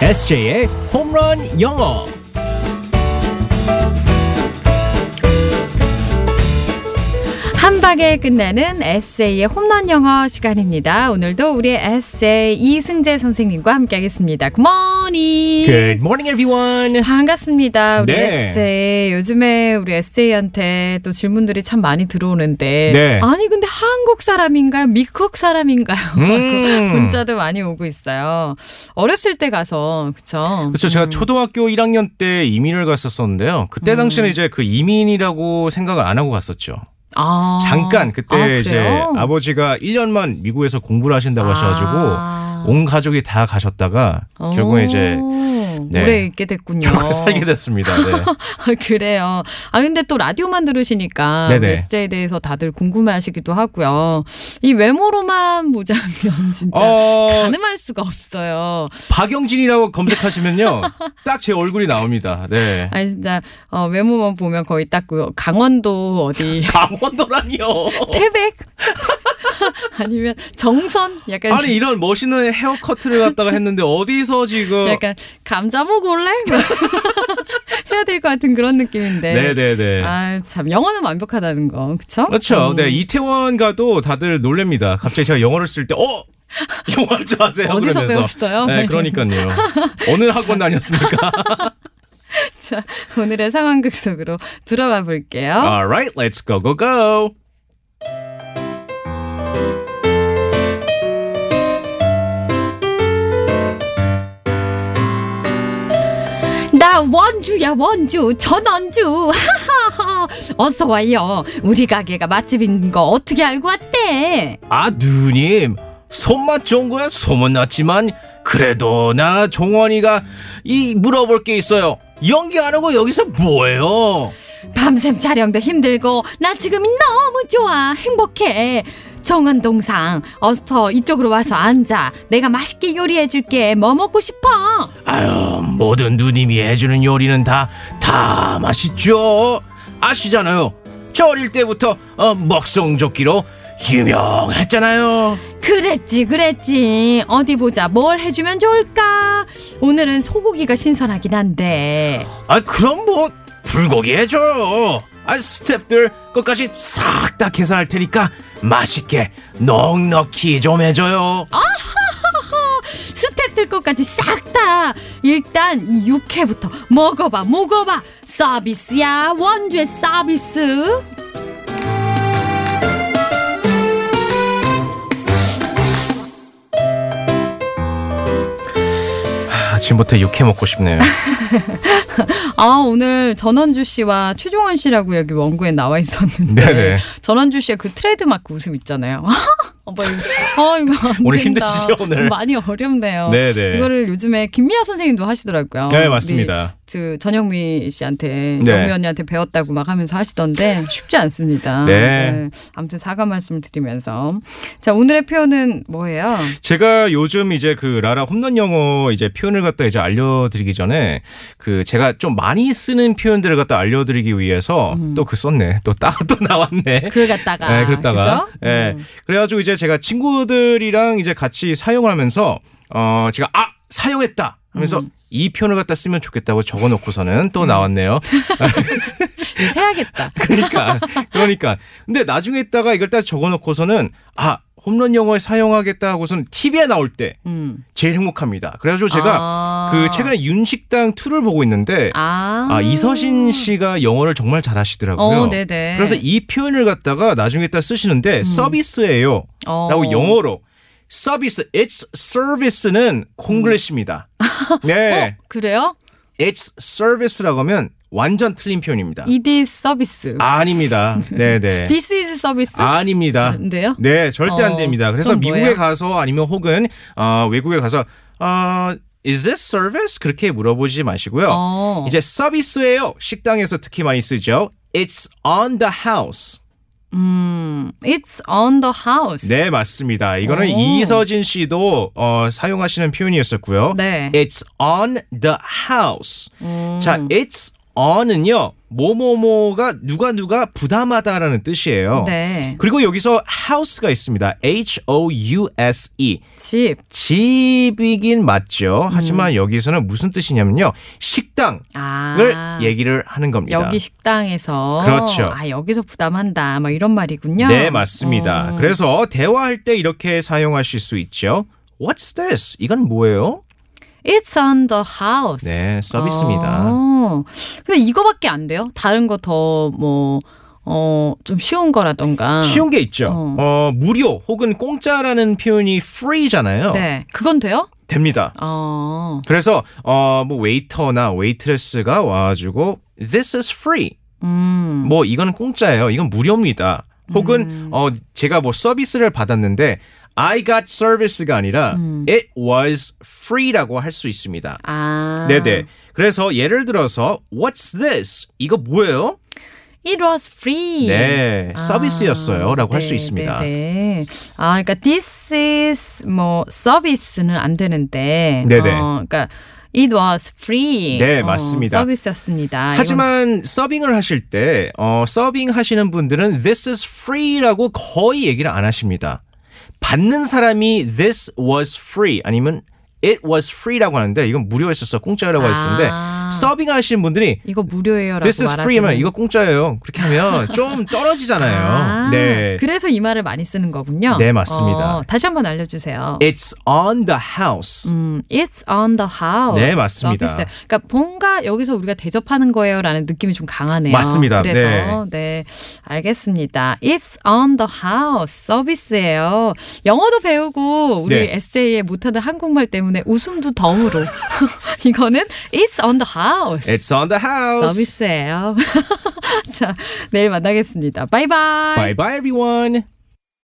SJ의 홈런 영어. 한 방에 끝내는 에세이의 홈런 영어 시간입니다. 오늘도 우리 에세이 이승재 선생님과 함께하겠습니다. 네. 굿모닝. Good morning, everyone. 반갑습니다. 우리 네. 에세이. 요즘에 우리 에세이한테 또 질문들이 참 많이 들어오는데. 네. 아니 근데 한국 사람인가요? 미국 사람인가요? 음. 문자도 많이 오고 있어요. 어렸을 때 가서 그쵸? 음. 그렇죠. 제가 초등학교 1학년 때 이민을 갔었었는데요. 그때 당시에는 이제 그 이민이라고 생각을 안 하고 갔었죠. 아. 잠깐 그때 아, 이제 그래요? 아버지가 1년만 미국에서 공부를 하신다고 하셔가지고 아. 어. 온 가족이 다 가셨다가 결국에 이제 오, 네. 오래 있게 됐군요. 결국 살게 됐습니다. 네. 아, 그래요. 아 근데 또 라디오만 들으시니까 네네. 메시지에 대해서 다들 궁금해하시기도 하고요. 이 외모로만 보자면 진짜 어, 가늠할 수가 없어요. 박영진이라고 검색하시면요, 딱 제 얼굴이 나옵니다. 네. 아니 진짜 어, 외모만 보면 거의 딱 그 강원도 어디 강원도라니요. 태백 아니면 정선 약간 아니 이런 멋있는 헤어커트를 갖다가 했는데 어디서 지금? 약간 감자 먹을래 뭐 해야 될 것 같은 그런 느낌인데. 네네네. 아 참 영어는 완벽하다는 거 그렇죠? 그렇죠. 네 이태원 가도 다들 놀랍니다. 갑자기 제가 영어를 쓸 때 어. 영어 할 줄 아세요? 어디서 그러면서. 배웠어요? 네, 그러니까요. 어느 학원 다녔습니까? 자, 오늘의 상황극 속으로 들어가 아, 볼게요. Alright, let's go go go. 나 원주야 원주 전원주 하하하 어서 와요. 우리 가게가 맛집인 거 어떻게 알고 왔대? 아 누님, 손맛 좋은 거야 소문났지만 그래도 나 종원이가 이 물어볼 게 있어요. 연기 안 하고 여기서 뭐해요? 밤샘 촬영도 힘들고 나 지금 너무 좋아 행복해. 정원 동상 어서 이쪽으로 와서 앉아. 내가 맛있게 요리해 줄게. 뭐 먹고 싶어? 아유, 모든 누님이 해주는 요리는 다, 다 맛있죠. 아시잖아요. 저 어릴 때부터 어, 먹성조끼로 유명했잖아요. 그랬지, 그랬지. 어디 보자. 뭘 해주면 좋을까? 오늘은 소고기가 신선하긴 한데. 아, 그럼 뭐, 불고기 해줘요. 아, 스탭들 끝까지 싹 다 계산할 테니까 맛있게 넉넉히 좀 해줘요. 스탭들 것까지 싹 다. 일단 이 육회부터 먹어봐, 먹어봐. 서비스야, 원주의 서비스. 아침부터 육회 먹고 싶네요. 아, 오늘 전원주 씨와 최종원 씨라고 여기 원고에 나와 있었는데. 네네. 전원주 씨의 그 트레이드마크 웃음 있잖아요. 어머, 이거, 어, 이거 안 오늘 된다. 힘드시죠, 오늘? 많이 어렵네요. 네네. 이거를 요즘에 김미아 선생님도 하시더라고요. 네, 맞습니다. 우리 그 전영미 씨한테 네. 정미 언니한테 배웠다고 막 하면서 하시던데 쉽지 않습니다. 네. 아무튼 사과 말씀을 드리면서 자 오늘의 표현은 뭐예요? 제가 요즘 이제 그 라라 홈런 영어 이제 표현을 갖다 이제 알려드리기 전에 그 제가 좀 많이 쓰는 표현들을 갖다 알려드리기 위해서 음. 또 그 썼네. 또 따로 또 나왔네. 그걸 갖다가 예, 그랬다가. 아, 그죠? 예. 음. 그래가지고 이제 제가 친구들이랑 이제 같이 사용을 하면서, 어, 제가, 아! 사용했다! 하면서 음. 이 표현을 갖다 쓰면 좋겠다고 적어 놓고서는 또 나왔네요. 이제 해야겠다. 그러니까. 그러니까. 근데 나중에 있다가 이걸 딱 적어 놓고서는, 아! 홈런 영어에 사용하겠다 하고서는 TV에 나올 때 음. 제일 행복합니다. 그래가지고 제가 아. 그 최근에 윤식당 2를 보고 있는데, 아, 아, 이서신 씨가 영어를 정말 잘하시더라고요. 어, 네네. 음. 그래서 이 표현을 갖다가 나중에 딱 쓰시는데 서비스예요. 어. 라고 영어로 서비스 it's service는 콩글리시입니다. 음. 어? 네. 그래요? it's service라고 하면 완전 틀린 표현입니다. 이디 서비스. 아. 아닙니다. 네, 네. This is 서비스. 아닙니다. 안돼요? 네, 절대 어, 안 됩니다. 그래서 그럼 뭐예요? 미국에 가서 아니면 혹은 어, 외국에 가서 어, is this service 그렇게 물어보지 마시고요. 어. 이제 서비스예요. 식당에서 특히 많이 쓰죠. It's on the house. 음, it's on the house. 네, 맞습니다. 이거는 오. 이서진 씨도 어, 사용하시는 표현이었었고요. 네. 음. It's on the house. 자, it's 어는요 뭐뭐뭐가 누가 누가 부담하다라는 뜻이에요. 네. 그리고 여기서 house가 있습니다. H O U S E 집. 집이긴 맞죠. 하지만 여기서는 무슨 뜻이냐면요 식당을 음. 예. 아. 얘기를 하는 겁니다. 여기 식당에서 그렇죠. 아 여기서 부담한다 뭐 이런 말이군요. 네, 맞습니다. 어. 그래서 대화할 때 이렇게 사용하실 수 있죠. What's this? 이건 뭐예요? It's on the house. 네, 서비스입니다. 어. 근데 이거밖에 안 돼요? 다른 거 더 뭐 어 좀 쉬운 거라던가. 쉬운 게 있죠. 어. 어. 무료 혹은 공짜라는 표현이 free잖아요. 네, 그건 돼요? 됩니다. 어. 그래서 어, 뭐 웨이터나 웨이트레스가 와가지고 this is free. 음. 뭐 이건 공짜예요. 이건 무료입니다. 혹은 어, 제가 뭐 서비스를 받았는데 I got service가 아니라 음. it was free라고 할 수 있습니다. 아. 네네. 그래서 예를 들어서 What's this? 이거 뭐예요? It was free. 네, 아, 서비스였어요라고 할 수 네, 있습니다. 네, 네. 아, 그러니까 this is 뭐 서비스는 안 되는데. 네, 네. 어, 그러니까 it was free. 네, 어, 맞습니다. 서비스였습니다. 하지만 서빙을 하실 때 어, 서빙 하시는 분들은 this is free라고 거의 얘기를 안 하십니다. 받는 사람이 this was free 아니면 it was free라고 하는데 이건 무료였었어 공짜라고 했었는데 아. 서빙 하시는 분들이 이거, 이거 무료예요라고 this is 말하지. free면 이거 공짜예요 그렇게 하면 좀 떨어지잖아요. 아, 네, 그래서 이 말을 많이 쓰는 거군요. 네, 맞습니다. 어, 다시 한번 알려주세요. it's on the house. 음, it's on the house. 네, 맞습니다. 서비스. 그러니까 뭔가 여기서 우리가 대접하는 거예요라는 느낌이 좀 강하네요. 맞습니다. 그래서 네. 알겠습니다. It's on the house 서비스예요. 영어도 배우고 우리 네. 에세이에 못하는 한국말 때문에 웃음도 덤으로 이거는 It's on the house. It's on the house. 서비스예요. 자, 내일 만나겠습니다. 바이바이. Bye bye everyone.